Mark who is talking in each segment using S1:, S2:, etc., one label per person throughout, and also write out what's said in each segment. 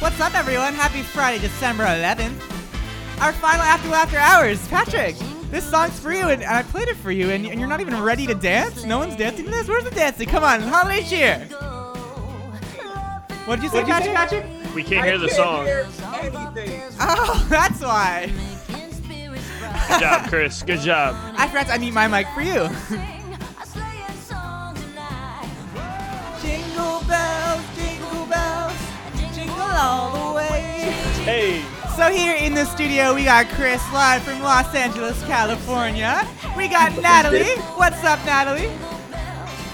S1: What's up, everyone? Happy Friday, December 11th. Our final After After Hours. Patrick, this song's for you, and I played it for you, and, and you're not even ready to dance? No one's dancing to this? Where's the dancing? Come on, holiday cheer. What did you say,
S2: What'd you
S1: Patrick?
S2: say?
S1: Patrick?
S3: We can't hear the song.
S1: Oh, that's why.
S3: Good job, Chris. Good job.
S1: I forgot to unmute my mic for you. Jingle bells, jingle bells, jingle all the way.
S3: Hey.
S1: So here in the studio, we got Chris live from Los Angeles, California. We got Natalie. What's up, Natalie?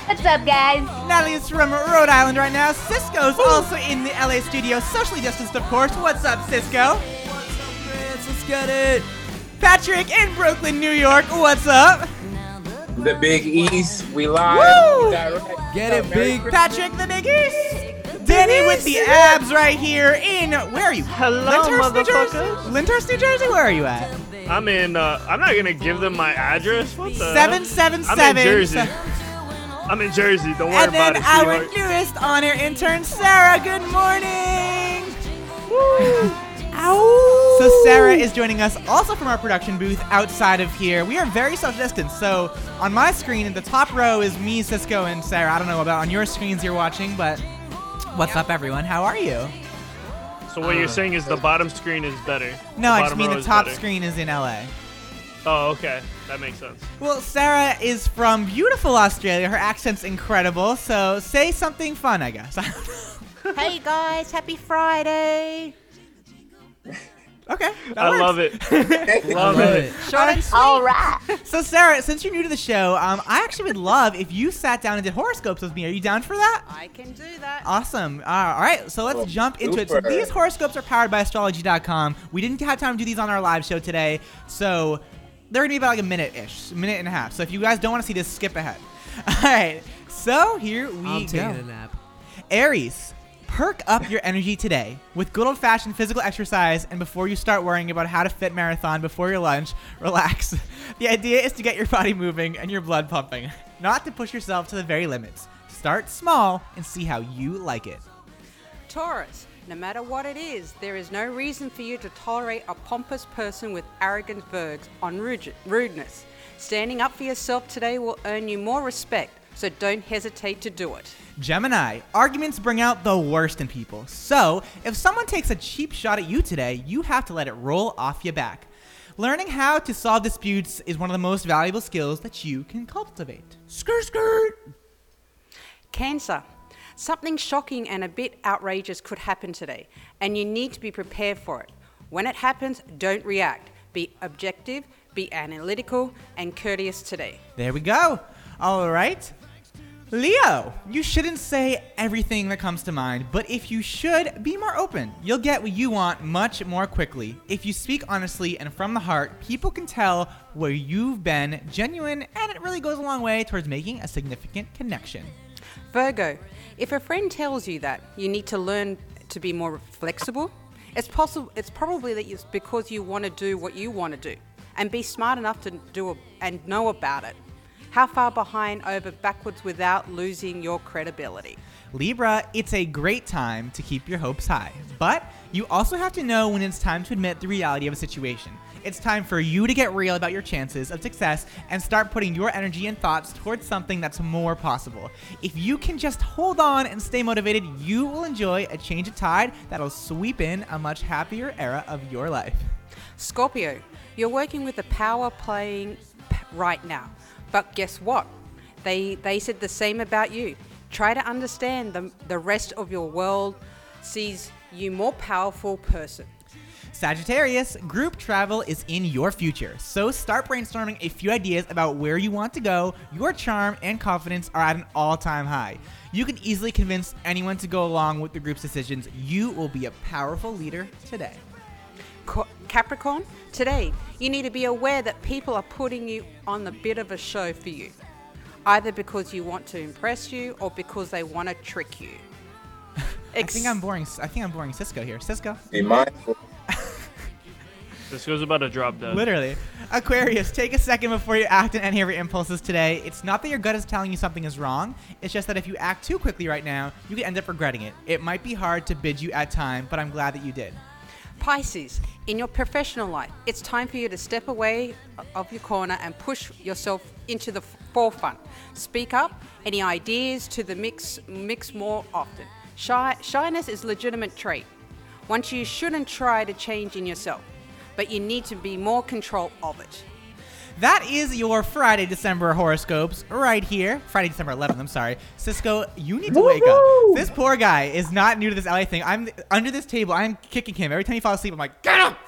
S4: What's up, guys?
S1: Natalie is from Rhode Island right now. Cisco's also in the LA studio, socially distanced, of course. What's up, Cisco?
S5: Let's get it.
S1: Patrick in Brooklyn, New York. What's up?
S2: The Big East, we live.
S1: Woo!
S2: Direct.
S5: Get it,
S2: Merry
S5: big.
S2: Christmas.
S1: Patrick the Big East. Danny with the abs right here in where are you?
S3: Hello,
S1: Lyndhurst, New Jersey.
S3: motherfuckers.
S1: Lyndhurst, New Jersey. Where are you at?
S3: I'm in. Uh, I'm not gonna give them my address. What the?
S1: Seven seven
S3: I'm
S1: seven.
S3: in Jersey. I'm in Jersey. Don't worry
S1: And then
S3: about it.
S1: our
S3: sweetheart.
S1: newest honor intern, Sarah. Good morning. Woo. Ow. So Sarah is joining us also from our production booth outside of here. We are very social distanced. So on my screen, in the top row is me, Cisco, and Sarah. I don't know about on your screens you're watching, but what's up, everyone? How are you?
S3: So what you're saying is the bottom screen is better.
S1: No, I just
S3: bottom
S1: mean
S3: row
S1: the
S3: is
S1: top
S3: better.
S1: screen is in LA.
S3: Oh, okay. That makes sense.
S1: Well, Sarah is from beautiful Australia. Her accent's incredible. So say something fun, I guess.
S4: Hey, guys, happy Friday.
S1: okay.
S3: I love it. Love it.
S1: Short and
S4: All right.
S1: So Sarah, since you're new to the show, um, I actually would love if you sat down and did horoscopes with me. Are you down for that?
S6: I can do that.
S1: Awesome. Uh, all right, so let's
S2: Oh,
S1: jump into it. So
S2: super.
S1: these horoscopes are powered by astrology.com. We didn't have time to do these on our live show today, so they're gonna be about like a minute ish, a minute and a half. So if you guys don't want to see this, skip ahead. All right, so here we
S5: I'm
S1: go.
S5: taking a nap.
S1: Aries, perk up your energy today with good old fashioned physical exercise. And before you start worrying about how to fit marathon before your lunch, relax. The idea is to get your body moving and your blood pumping, not to push yourself to the very limits. Start small and see how you like it.
S6: Taurus, no matter what it is, there is no reason for you to tolerate a pompous person with arrogant verbs on rude- rudeness. Standing up for yourself today will earn you more respect, so don't hesitate to do it.
S1: Gemini, arguments bring out the worst in people. So, if someone takes a cheap shot at you today, you have to let it roll off your back. Learning how to solve disputes is one of the most valuable skills that you can cultivate. Skirt, skirt!
S6: Cancer, something shocking and a bit outrageous could happen today, and you need to be prepared for it. When it happens, don't react. Be objective, be analytical, and courteous today.
S1: There we go. All right. Leo, you shouldn't say everything that comes to mind, but if you should, be more open. You'll get what you want much more quickly. If you speak honestly and from the heart, people can tell where you've been genuine, and it really goes a long way towards making a significant connection.
S6: Virgo, if a friend tells you that, you need to learn to be more flexible. It's possible. It's probably that it's because you want to do what you want to do, and be smart enough to do a, and know about it. How far behind, over, backwards, without losing your credibility.
S1: Libra, it's a great time to keep your hopes high, but you also have to know when it's time to admit the reality of a situation. It's time for you to get real about your chances of success and start putting your energy and thoughts towards something that's more possible. If you can just hold on and stay motivated, you will enjoy a change of tide that'll sweep in a much happier era of your life.
S6: Scorpio, you're working with a power playing p- right now, but guess what? They they said the same about you. Try to understand the the rest of your world sees you more powerful person.
S1: Sagittarius, group travel is in your future. So start brainstorming a few ideas about where you want to go. Your charm and confidence are at an all time high. You can easily convince anyone to go along with the group's decisions. You will be a powerful leader today.
S6: Co- Capricorn, today you need to be aware that people are putting you on the bit of a show for you, either because you want to impress you or because they want to trick you.
S1: I think I'm boring. I think I'm boring Cisco here. Cisco.
S2: Be mindful.
S3: This goes about a drop dead.
S1: Literally. Aquarius, take a second before you act and any of your impulses today. It's not that your gut is telling you something is wrong, it's just that if you act too quickly right now, you could end up regretting it. It might be hard to bid you at time, but I'm glad that you did.
S6: Pisces, in your professional life, it's time for you to step away of your corner and push yourself into the f- forefront. Speak up any ideas to the mix mix more often. Shy, shyness is a legitimate trait. Once you shouldn't try to change in yourself, but you need to be more control of it.
S1: That is your Friday, December horoscopes right here. Friday, December 11th, I'm sorry. Cisco, you need to wake up. This poor guy is not new to this LA thing. I'm under this table. I'm kicking him. Every time he falls asleep, I'm like, get up!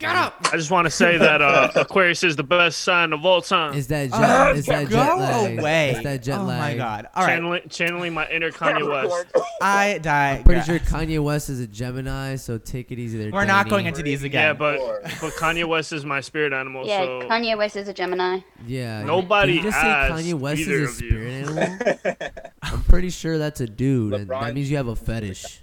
S1: Get up!
S3: I just want to say that uh, Aquarius is the best sign of all time.
S5: Is that jet?
S1: Uh,
S5: is that
S1: go
S5: jet lag?
S1: away.
S5: Is that jet
S1: oh
S5: lag?
S1: my god. All right.
S3: channeling, channeling my inner Kanye West.
S1: I die.
S5: Pretty sure Kanye West is a Gemini, so take it easy there.
S1: We're not
S5: Danny.
S1: going into these again.
S3: Yeah, but but Kanye West is my spirit animal.
S7: Yeah,
S3: so
S7: Kanye West is a Gemini.
S5: Yeah.
S3: Nobody
S5: Did you just
S3: asked
S5: say Kanye West
S3: either
S5: is a
S3: of you.
S5: spirit animal? I'm pretty sure that's a dude, and that
S2: LeBron-
S5: means you have a fetish.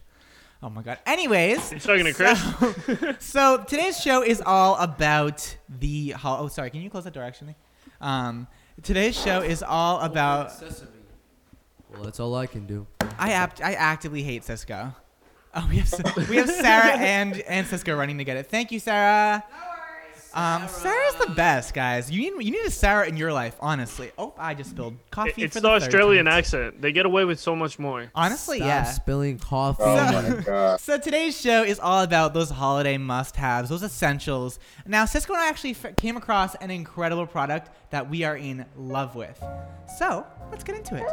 S1: Oh my god. Anyways,
S3: you talking to Chris?
S1: so today's show is all about the. Hol- oh, sorry. Can you close that door? Actually, um, today's show is all about.
S5: Well, that's all I can do.
S1: I apt, I actively hate Cisco. Oh, we have we have Sarah and and Cisco running to get it. Thank you, Sarah. Um, Sarah's the best, guys. You need you need a Sarah in your life, honestly. Oh, I just spilled coffee.
S3: It- it's
S1: for
S3: the
S1: third
S3: Australian
S1: time.
S3: accent. They get away with so much more.
S1: Honestly,
S5: Stop
S1: yeah.
S5: spilling coffee.
S2: Oh my god.
S1: So today's show is all about those holiday must-haves, those essentials. Now, Cisco and I actually f- came across an incredible product that we are in love with. So let's get into it.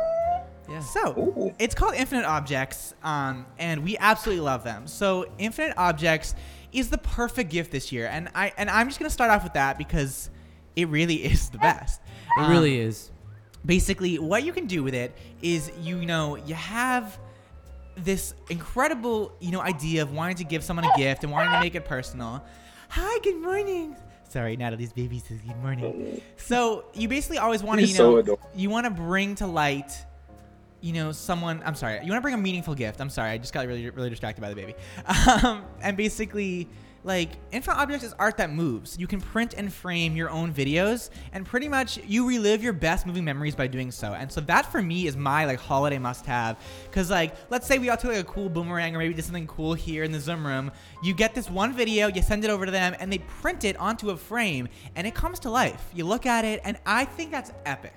S5: Yeah.
S1: So
S2: Ooh.
S1: it's called Infinite Objects, um, and we absolutely love them. So Infinite Objects is the perfect gift this year, and I and I'm just gonna start off with that because it really is the best.
S5: It really is.
S1: Basically, what you can do with it is you know you have this incredible, you know, idea of wanting to give someone a gift and wanting to make it personal. Hi, good morning. Sorry, Natalie's baby says good morning. So you basically always want to,
S2: He's
S1: you
S2: so
S1: know,
S2: adorable.
S1: you want to bring to light, you know, someone. I'm sorry, you want to bring a meaningful gift. I'm sorry, I just got really, really distracted by the baby. Um, and basically, like infant objects is art that moves. You can print and frame your own videos, and pretty much you relive your best moving memories by doing so. And so that for me is my like holiday must-have, because like let's say we all took like a cool boomerang or maybe did something cool here in the Zoom room. You get this one video, you send it over to them, and they print it onto a frame, and it comes to life. You look at it, and I think that's epic.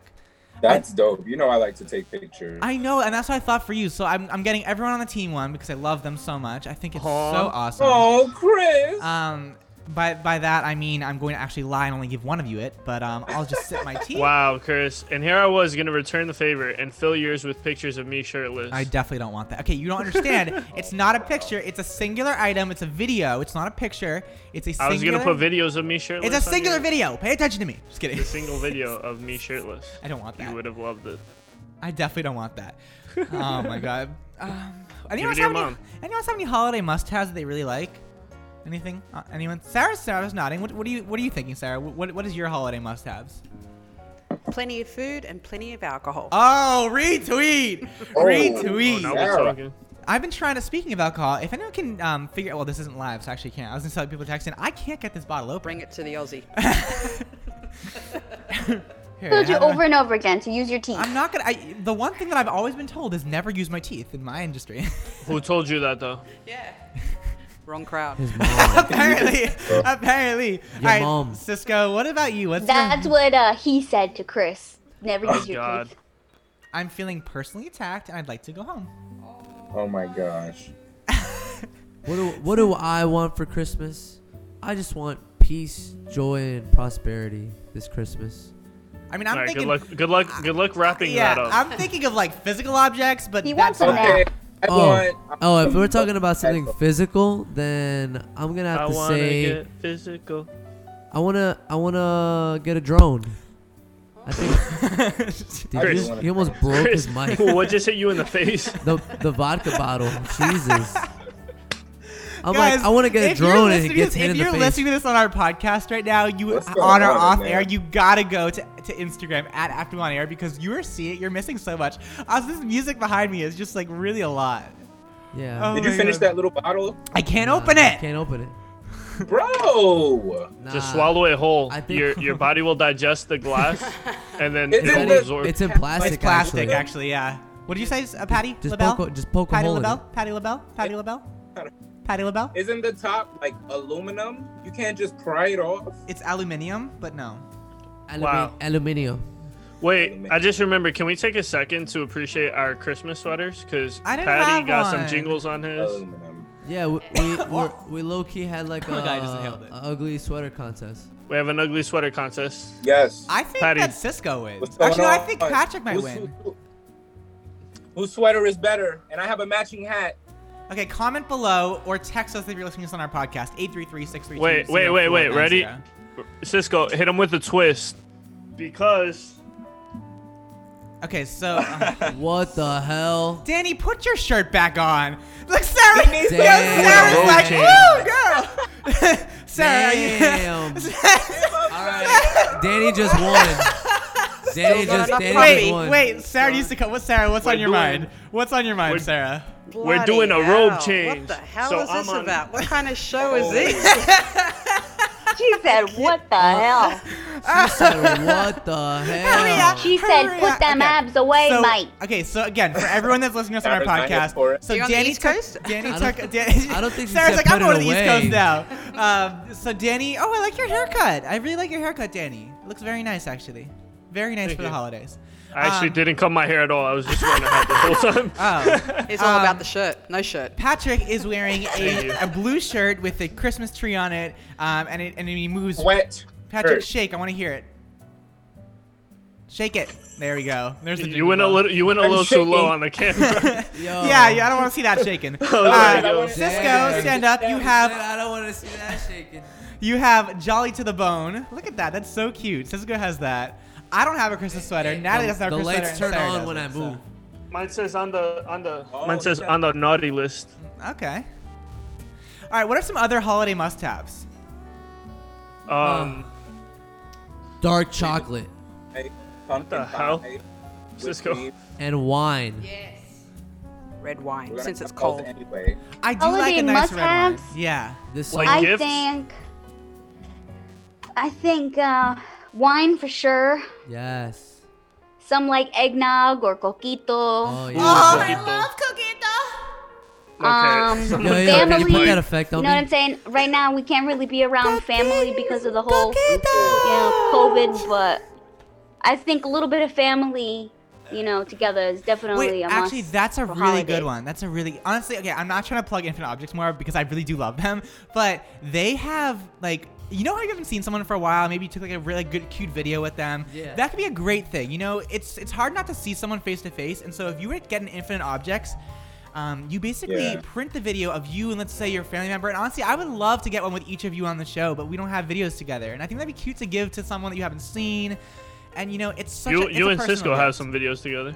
S2: That's dope. You know I like to take pictures.
S1: I know, and that's what I thought for you. So I'm, I'm getting everyone on the team one because I love them so much. I think it's so
S3: Aw.
S1: awesome.
S2: oh, Chris.
S1: Um, by by that I mean I'm going to actually lie and only give one of you it, but um, I'll just sip my tea.
S3: Wow, Chris. And here I was gonna return the favor and fill yours with pictures of me shirtless.
S1: I definitely don't want that. Okay, you don't understand. it's not a picture. It's a singular item. It's a video. It's not a picture. It's a
S3: I
S1: singular.
S3: was gonna put videos of me shirtless.
S1: It's a
S3: on
S1: singular
S3: yours.
S1: video. Pay attention to me. Just kidding.
S3: A single video of me shirtless.
S1: I don't want that.
S3: You would have loved it.
S1: I definitely don't want that. Oh my god. Um, anyone, else
S3: it to your
S1: have any,
S3: mom.
S1: anyone else have any holiday must-haves that they really like? Anything? Uh, anyone? Sarah, Sarah's nodding. What, what are you What are you thinking, Sarah? What What is your holiday must-haves?
S6: Plenty of food and plenty of alcohol.
S3: Ah.
S1: Oh, retweet,
S2: Oh.
S3: Oh,
S1: retweet.
S3: now
S2: Yeah.
S3: we're talking.
S1: I've been trying to. Speaking of alcohol, if anyone can um, figure, well, this isn't live, so I actually can't. I was gonna tell people texting. I can't get this bottle open.
S6: Bring it to the Aussie.
S1: Here,
S7: Told you
S1: have a-
S7: over and over again to use your teeth.
S1: I'm not gonna. I, the one thing that I've always been told is never use my teeth in my industry.
S3: Who told you that though?
S6: yeah. Wrong crowd.
S5: His mom.
S1: apparently, apparently. All right,
S5: mom.
S1: Cisco. What about you? What's your
S7: That's what uh, he said to Chris. Never
S3: Oh
S7: use your
S3: God.
S7: teeth.
S1: I'm feeling personally attacked and I'd like to go home.
S2: oh my gosh.
S5: What do, what do I want for Christmas? I just want peace, joy, and prosperity this Christmas.
S1: I mean, I'm
S3: All right.
S1: thinking.
S3: Good luck. Good luck. Good luck wrapping
S1: yeah,
S3: that up.
S1: I'm thinking of like physical objects, but
S7: He
S1: that's
S7: wants a
S1: not-
S7: nap.
S2: Okay. I
S5: Oh,
S2: want.
S5: oh, if we're talking about something physical, then I'm gonna
S3: I
S5: have to
S3: wanna
S5: say
S3: get physical.
S5: I wanna I wanna get a drone. I think Dude,
S2: Chris.
S5: he, he almost broke
S3: Chris,
S5: his mic.
S3: what just hit you in the face?
S5: The the vodka bottle. Jesus. I'm
S1: Guys,
S5: like I want to get a
S1: if you're
S5: drone and
S1: listening to
S5: it gets
S1: this-
S5: hit in
S1: If
S5: the
S1: you're
S5: face.
S1: listening to this on our podcast right now, you
S2: What's
S1: on
S2: going
S1: or
S2: on,
S1: off
S2: man?
S1: air, you gotta go to, to Instagram at After On Air because you are seeing you're missing so much. Also, this music behind me is just like really a lot.
S5: yeah.
S1: Oh
S2: Did you
S1: my
S2: finish
S1: God.
S2: that little bottle?
S1: I can't
S5: Nah,
S1: open it.
S5: Can't open it.
S2: Bro!
S3: Just
S5: Nah.
S3: swallow it whole.
S5: I think-
S3: your your body will digest the glass, and then
S2: It's
S3: it
S2: in
S3: will
S2: the-
S3: absorb.
S5: It's in plastic.
S1: It's plastic,
S5: actually.
S1: actually. yeah. What did you say, uh, Patty?
S5: Just
S1: LaBelle?
S5: poke a- just poke a
S1: Patty
S5: hole in
S1: LaBelle?
S5: it.
S1: Patty LaBelle? Patty LaBelle? Patty LaBelle?
S2: Isn't the top like aluminum? You can't just pry it off.
S1: It's aluminium, but no.
S5: Alumi-
S3: Wow.
S5: Aluminium.
S3: Wait, I just remember. Can we take a second to appreciate our Christmas sweaters? Because
S1: I didn't
S3: Patty
S1: have
S3: got some
S1: one.
S3: jingles on his.
S2: Aluminum.
S5: Yeah, we we, we're, we low key had like a,
S1: Oh, God, I just inhaled
S5: a
S1: it.
S5: ugly sweater contest.
S3: We have an ugly sweater contest.
S2: Yes.
S1: I think
S3: Patty.
S1: that Cisco wins.
S2: What's going
S1: Actually, I
S2: on?
S1: think Patrick might
S2: Who's-
S1: win.
S2: who- Whose sweater is better? And I have a matching hat.
S1: Okay, comment below or text us if you're listening to us on our podcast. 833
S3: Wait, wait, wait, wait. Ready? Cisco, hit him with a twist. Because
S1: Okay, so. uh,
S5: What the hell?
S1: Danny, put your shirt back on. Look, Sarah. Yo,
S5: to go.
S1: Sarah's
S3: Road
S1: like,
S3: change.
S1: woo, girl. Sarah, are you.
S5: Damn. All right. Danny just won. Danny
S6: got
S5: just,
S6: enough
S5: Danny just
S1: Wait,
S5: won.
S1: wait, Sarah needs to come. What's Sarah? What's
S3: We're
S1: on your
S3: doing-
S1: mind? What's on your mind,
S3: We're-
S1: Sarah?
S3: We're doing
S6: Bloody
S3: a robe
S6: hell.
S3: change,
S6: What the hell
S3: so
S6: is
S3: I'm
S6: this
S3: on- Oh.
S6: about? What kind of show is this?
S7: She said, "What the hell?"
S5: She said, what the
S1: Oh,
S5: hell?
S7: She said,
S1: Hurry
S7: "Put
S1: up.
S7: them
S1: Okay.
S7: abs away,
S1: so,
S7: Mike."
S1: Okay, so again, for everyone that's listening to us on our
S2: Sarah's not here for
S1: podcast,
S2: it.
S1: so
S6: You on the
S1: Danny
S6: East
S1: took-
S6: Coast?
S1: Danny
S5: I don't-
S1: took. Danny,
S5: I don't think she
S1: Sarah's
S5: said
S1: like, I'm
S5: put it
S1: going to the East
S5: away.
S1: Coast now. Um, so Danny, oh, I like your haircut. I really like your haircut, Danny. It looks very nice, actually. Very nice
S3: Thank
S1: for the
S3: you.
S1: holidays.
S3: I actually
S1: Um,
S3: didn't cut my hair at all. I was just wearing a hat the whole time.
S1: Oh,
S6: It's all
S1: Um,
S6: about the shirt. No shirt.
S1: Patrick is wearing
S3: Thank you.
S1: a, a blue shirt with a Christmas tree on it, um, and it and he moves.
S2: Wet.
S1: Patrick,
S2: shirt.
S1: shake. I want to hear it. Shake it. There we go. There's the
S3: You went a
S1: jingle.
S3: little. You went a
S2: I'm
S3: little too low
S2: shaking.
S3: on the camera.
S5: Yo.
S1: Yeah, yeah. I don't want to see that shaking.
S3: Oh, there
S1: Uh,
S3: you go.
S1: Cisco,
S5: Damn.
S1: stand up. You
S5: Man,
S1: have
S5: I don't want to see that shaking.
S1: you have Jolly to the Bone. Look at that. That's so cute. Cisco has that. I don't have a Christmas sweater. Natalie
S5: the
S1: doesn't have a
S5: the
S1: Christmas
S5: lights
S1: sweater.
S5: turn
S1: and Sarah
S5: on when I
S1: doesn't,
S5: move.
S3: Mine says on the on the.
S2: Oh,
S3: mine says
S2: yeah.
S3: on the naughty list.
S1: so- Okay. All right. What are some other holiday must-haves?
S3: Um,
S5: Dark chocolate
S2: Hey, Pumpkin
S3: What the hell?
S2: pie with
S3: Cisco.
S2: cream.
S5: and wine.
S6: Red wine,
S2: We're gonna
S6: since it's
S2: have those
S6: cold.
S2: Anyway.
S1: I do like
S7: Holiday
S1: a nice red
S7: must-haves?
S1: one. Yeah.
S5: This
S3: Like-
S7: I
S3: gifts?
S7: think. I think uh, wine for sure.
S5: yes.
S7: Some like eggnog or coquito.
S5: Oh yeah.
S3: I love cookie
S7: Um,
S3: Okay.
S5: Yo, yo, can you put
S7: Family-
S5: that effect
S7: You
S5: on
S7: know what
S5: me?
S7: I'm saying? Right now, we can't really be around family because of the whole, you know, COVID. But I think a little bit of family, you know, together is definitely
S1: Wait,
S7: a must.
S1: actually, that's a
S7: for
S1: really
S7: holidays.
S1: good one. That's a really honestly. Okay, I'm not trying to plug Infinite Objects more because I really do love them, but they have like. You know how you haven't seen someone for a while, maybe you took like a really good cute video with them.
S5: Yeah.
S1: That could be a great thing. You know, it's it's hard not to see someone face to face, and so if you were to get an infinite objects, um, you basically
S2: Yeah.
S1: print the video of you and let's say your family member. And honestly, I would love to get one with each of you on the show, but we don't have videos together. And I think that'd be cute to give to someone that you haven't seen. And you know, it's such a
S3: You
S1: it's
S3: you
S1: a
S3: and
S1: personal
S3: Cisco have
S1: gift.
S3: some videos together.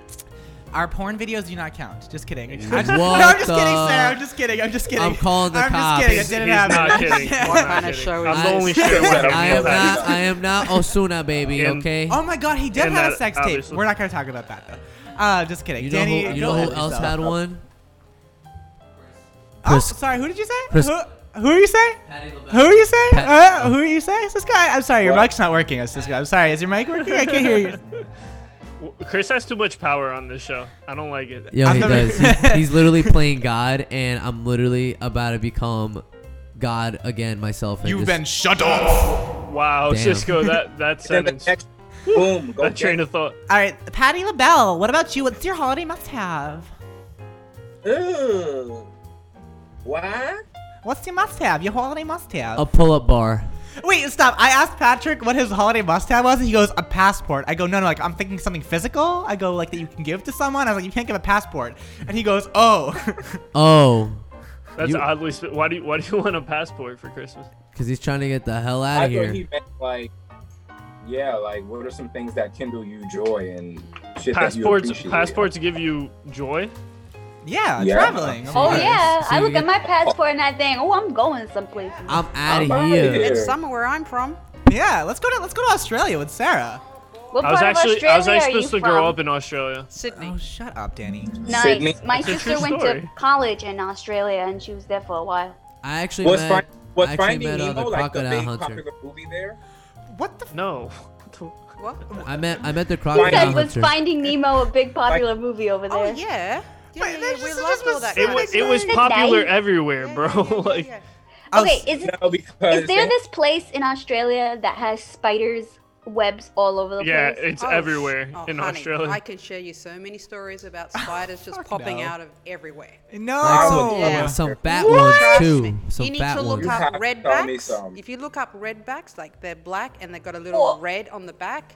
S1: Our porn videos do not count. Just kidding. I'm just,
S5: What
S1: no, I'm just
S5: the-
S1: kidding, Sarah. I'm just kidding. I'm just kidding.
S5: I'm calling the
S1: I'm just
S5: cops.
S1: kidding. It didn't
S3: He's
S1: happen.
S3: not kidding. He's
S6: What
S3: not
S6: kind of
S3: kidding.
S6: show is
S3: I'm the
S5: this?
S3: only sure one that
S5: I am
S3: real
S5: not.
S3: happy.
S5: I am not Osuna, baby.
S3: And-
S5: Okay.
S1: Oh my god, he did
S3: And
S1: have a
S3: that,
S1: sex
S3: obviously.
S1: tape. We're not gonna talk about that though. Uh, just kidding.
S5: You know
S1: Danny,
S5: who? You
S1: go
S5: know who
S1: ahead
S5: else
S1: yourself.
S5: had one?
S1: Oh,
S5: Chris-
S1: sorry. Who did you say?
S5: Chris-
S1: Who, who are you saying? Who are you saying?
S5: Pat-
S1: Uh, who are you saying? This guy. I'm sorry, your
S2: What?
S1: mic's not working. It's this guy. I'm sorry. Is your mic working? I can't hear you.
S3: Chris has too much power on this show. I don't like it.
S5: Yo,
S1: I've
S5: he
S1: never-
S5: does. He's, he's literally playing God, and I'm literally about to become God again myself. and
S8: You've
S5: just-
S8: been shut off.
S3: Wow,
S5: Damn.
S3: Cisco, that that
S2: Then the
S3: sentence,
S2: next, boom. Go
S3: that train
S2: get
S3: of thought.
S1: All right, Patty LaBelle. What about you? What's your holiday must-have?
S2: Ooh. Why?
S1: What's your must-have? Your holiday must-have.
S5: a pull-up bar.
S1: Wait, stop. I asked Patrick what his holiday must-have was, and he goes, a passport. I go, no, no, like, I'm thinking something physical. I go, like, that you can give to someone. I was like, you can't give a passport. And he goes, oh.
S5: Oh,
S3: That's
S5: You-
S3: oddly. Sp- why do you why do you want a passport for Christmas?
S5: because he's trying to get the hell out
S2: I
S5: of here.
S2: thought he meant like, yeah, like what are some things that kindle you joy and shit
S3: Passports
S2: that you appreciate?
S3: passports give you joy.
S1: yeah,
S2: Yeah.
S1: traveling.
S5: See,
S7: Oh
S5: Alright,
S7: yeah,
S5: so
S7: I
S5: you
S7: look
S5: get-
S7: at my passport and I think, oh, I'm going someplace.
S5: I'm out
S2: I'm
S5: of
S2: outta
S5: here.
S2: here.
S6: It's summer where I'm from.
S1: Yeah, let's go to let's go to Australia with Sarah.
S7: What
S3: I was
S7: part of
S3: actually
S7: Australia
S3: I was
S7: are
S3: actually
S7: you
S3: supposed to
S7: from?
S3: grow up in Australia.
S6: Sydney.
S1: Oh, shut up, Danny.
S7: Nice.
S2: Sydney.
S7: My
S3: It's a
S7: sister
S3: true
S7: went
S3: story.
S7: to college in Australia and she was there for a while.
S5: I actually
S2: What's
S5: met
S2: fun- Was
S5: I actually
S2: Finding
S5: met, uh,
S2: Nemo
S5: the
S2: like the
S5: crocodile
S2: big
S5: hunter.
S2: popular movie there?
S1: What the?
S3: No.
S6: What?
S5: I met I met the
S7: Who
S5: crocodile
S7: said was
S5: hunter.
S7: Finding Nemo a big popular movie over there?
S6: Oh yeah. Yeah,
S1: Wait,
S6: yeah,
S1: that's
S6: yeah, we
S1: just-
S6: loved
S1: that's
S6: all that.
S3: It was it was
S7: Good
S3: popular
S7: night.
S3: everywhere, bro. like
S1: I was-
S7: Okay, is it
S2: No, because
S7: Is there
S2: they-
S7: this place in Australia that has spiders' webs all over the
S3: yeah,
S7: place?
S3: it's everywhere
S6: oh,
S3: in
S6: honey,
S3: Australia.
S6: I can share you so many stories about spiders just
S1: Oh, Fuck
S6: popping
S1: no.
S6: out of everywhere.
S1: No.
S5: Like
S6: Yeah.
S5: some, some fat
S6: Trust
S5: ones
S6: me.
S5: too. Some
S6: you need
S5: fat
S6: to look
S5: ones.
S2: You
S6: up
S2: have to tell me some.
S6: redbacks. If you look up redbacks, like they're black and they've got a little
S7: Oh.
S6: red on the back.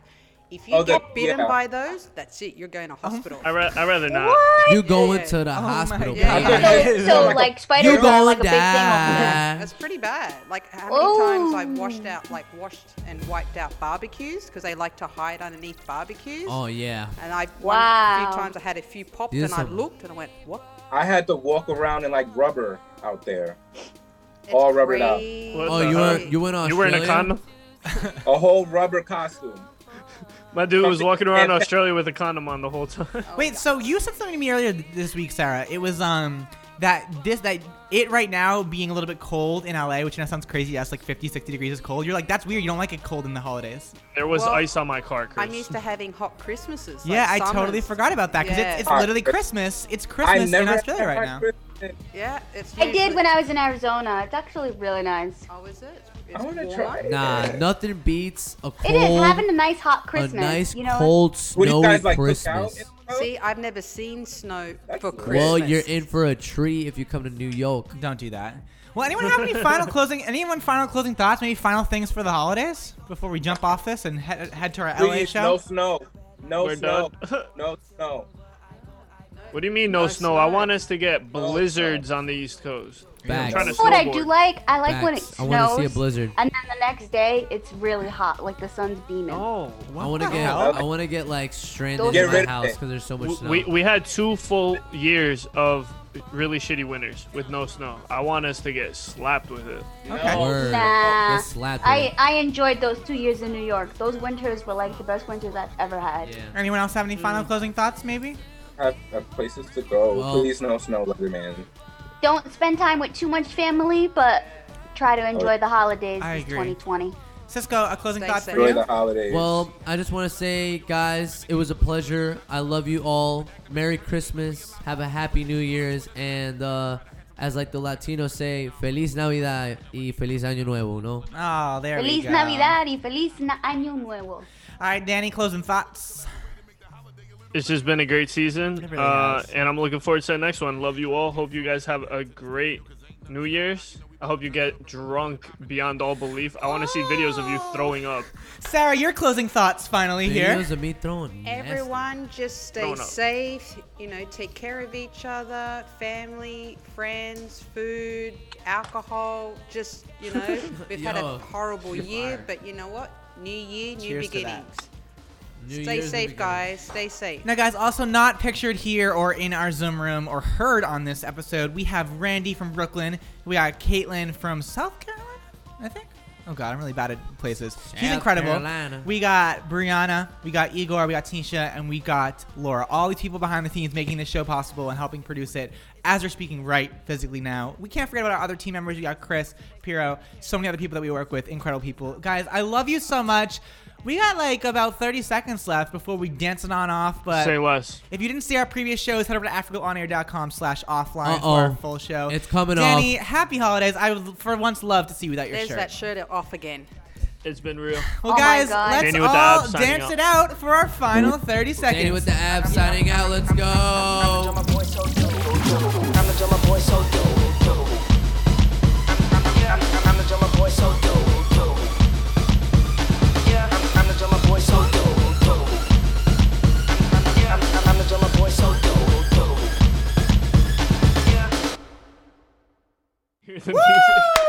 S6: If you
S2: Oh, that-
S6: get bitten
S2: yeah.
S6: by those, that's it. You're going to
S1: Uh-huh.
S6: hospital.
S3: I ra- I rather not.
S5: You going to the hospital?
S1: God.
S5: baby.
S6: Yeah.
S7: So, so like spiders
S5: You
S7: are
S5: going
S7: like a
S5: to
S7: big thing over there.
S5: die?
S6: That's pretty bad. Like how many times I've washed out, like washed and wiped out barbecues because they like to hide underneath barbecues.
S5: Oh yeah.
S6: And I one, a
S7: Wow.
S6: few times I had a few popped
S5: These
S6: and
S5: are
S6: I
S5: some-
S6: looked and I went, what?
S2: I had to walk around in like rubber out there.
S6: It's
S2: All rubbered out.
S6: crazy.
S3: What
S5: Oh,
S3: the
S5: you
S3: hell?
S5: were you went on.
S3: You wearing a condom?
S2: A whole rubber costume.
S3: My dude was
S2: Something-
S3: walking around Australia with a condom on the whole time.
S7: Oh,
S1: Wait, so you said something to me earlier th- this week, Sarah. It was um that this that it right now being a little bit cold in LA, which you know sounds crazy. That's like 50, 60 degrees is cold. You're like, that's weird. You don't like it cold in the holidays.
S3: There was
S6: Well,
S3: ice on my car, Chris.
S6: I'm used to having hot Christmases.
S1: yeah,
S6: like
S1: I totally
S6: summers.
S1: forgot about that because
S6: Yeah.
S1: it's, it's
S2: Alright.
S1: literally Christmas. It's
S2: I
S1: Christmas in
S2: never
S1: Australia
S2: had
S1: right
S2: my
S1: now.
S2: Christmas.
S6: Yeah, it's.
S7: I did
S6: usually-
S7: when I was in Arizona. It's actually really nice.
S6: Oh, is it?
S2: I want to
S6: warm.
S2: try. it.
S5: Nah, nothing beats a
S7: It is
S5: cold,
S7: having a nice hot
S5: a
S7: Christmas.
S5: nice
S7: you know,
S5: cold
S2: What do you
S5: snowy
S2: guys like cook out?
S5: Christmas.
S2: in the house?
S6: See, I've never seen snow
S2: That's
S6: for
S2: nice.
S6: Christmas.
S5: Well, you're in for a treat if you come to New York.
S1: Don't do that. Well, anyone have any final closing? Anyone final closing thoughts? Maybe final things for the holidays before we jump off this and head, head to our LA
S2: Please, no
S1: show.
S2: snow. No
S3: We're
S2: snow.
S3: done.
S2: no snow.
S3: what do you mean no,
S6: No
S3: snow? I
S6: snow.
S3: want us to get blizzards on the East Coast.
S5: Facts.
S3: trying to
S7: you know what I do
S3: snowboard.
S7: like? I like when it
S5: Facts. I
S7: snows.
S5: want to see a blizzard.
S7: And then the next day, it's really hot, like the sun's beaming.
S5: Oh,
S3: No.
S5: I want to
S1: the
S5: get
S1: hell?
S5: I want to get like stranded
S7: Get
S5: in my
S2: rid of
S5: house
S2: it.
S5: because there's so much
S3: W-
S5: snow.
S3: We, we had two full years of really shitty winters with no snow. I want us to get slapped with it.
S1: Okay.
S5: Word.
S7: Nah.
S5: Get slapped
S7: I,
S5: with
S7: I enjoyed those two years in New York. Those winters were like the best winters I've ever had.
S5: it. Yeah.
S1: Anyone else have any
S6: Mm.
S1: final closing thoughts? Maybe.
S2: Have, have places to go.
S5: Well-
S2: Please, no snow, Leatherman.
S7: Don't spend time with too much family, but try to enjoy the holidays.
S1: I
S7: It's
S1: agree.
S7: 2020.
S1: Cisco, a closing
S6: Stay
S1: thoughts
S6: safe.
S1: for
S2: Enjoy
S1: you?
S2: the holidays.
S5: Well, I just want to say, guys, it was a pleasure. I love you all. Merry Christmas. Have a happy New Year's, and uh, as like the Latinos say, Feliz Navidad y Feliz Año Nuevo. No.
S1: Oh, there we
S7: Feliz
S1: go.
S7: Navidad y feliz na- Año Nuevo.
S1: All right, Danny, closing thoughts.
S3: It's just been a great season,
S1: It really
S3: uh,
S1: has.
S3: and I'm looking forward to the next one. Love you all. Hope you guys have a great New Year's. I hope you get drunk beyond all belief. I want to see videos of you throwing up.
S1: Sarah, your closing thoughts finally here.
S5: Videos of me throwing. nasty.
S6: Everyone, just stay
S3: Growing up.
S6: safe. You know, take care of each other, family, friends, food, alcohol. Just you know, we've had
S5: Yo,
S6: a horrible
S5: you're
S6: year,
S5: fired.
S6: but you know what? New year, new
S1: Cheers to that.
S6: beginnings.
S5: New
S6: stay
S5: Year's in the
S6: safe,
S5: beginning.
S6: guys. Stay safe.
S1: Now, guys, also not pictured here or in our Zoom room or heard on this episode, we have Randy from Brooklyn. We got Caitlin from South Carolina, I think. Oh, God, I'm really bad at places. She's
S5: South
S1: incredible.
S5: Carolina.
S1: We got Brianna, we got Igor, we got Tisha, and we got Laura. All these people behind the scenes making this show possible and helping produce it as we're speaking right physically now. We can't forget about our other team members. We got Chris, Piro, so many other people that we work with. Incredible people. Guys, I love you so much. We got like about 30 seconds left before we dancing on off, but
S3: Say less.
S1: if you didn't see our previous shows, head over to africaonair.com slash offline
S5: Uh-oh.
S1: for our full show.
S5: It's coming
S1: Danny, happy holidays. I would for once love to see you without your
S6: There's
S1: shirt.
S6: that shirt off again.
S3: It's been real.
S1: Well,
S7: Oh my
S1: guys,
S7: God.
S1: let's
S3: Danny with the
S1: all
S3: abs signing
S1: dance
S3: out.
S1: it out for our final 30 seconds.
S5: Danny with the app signing out. Let's go.
S3: Hear the music.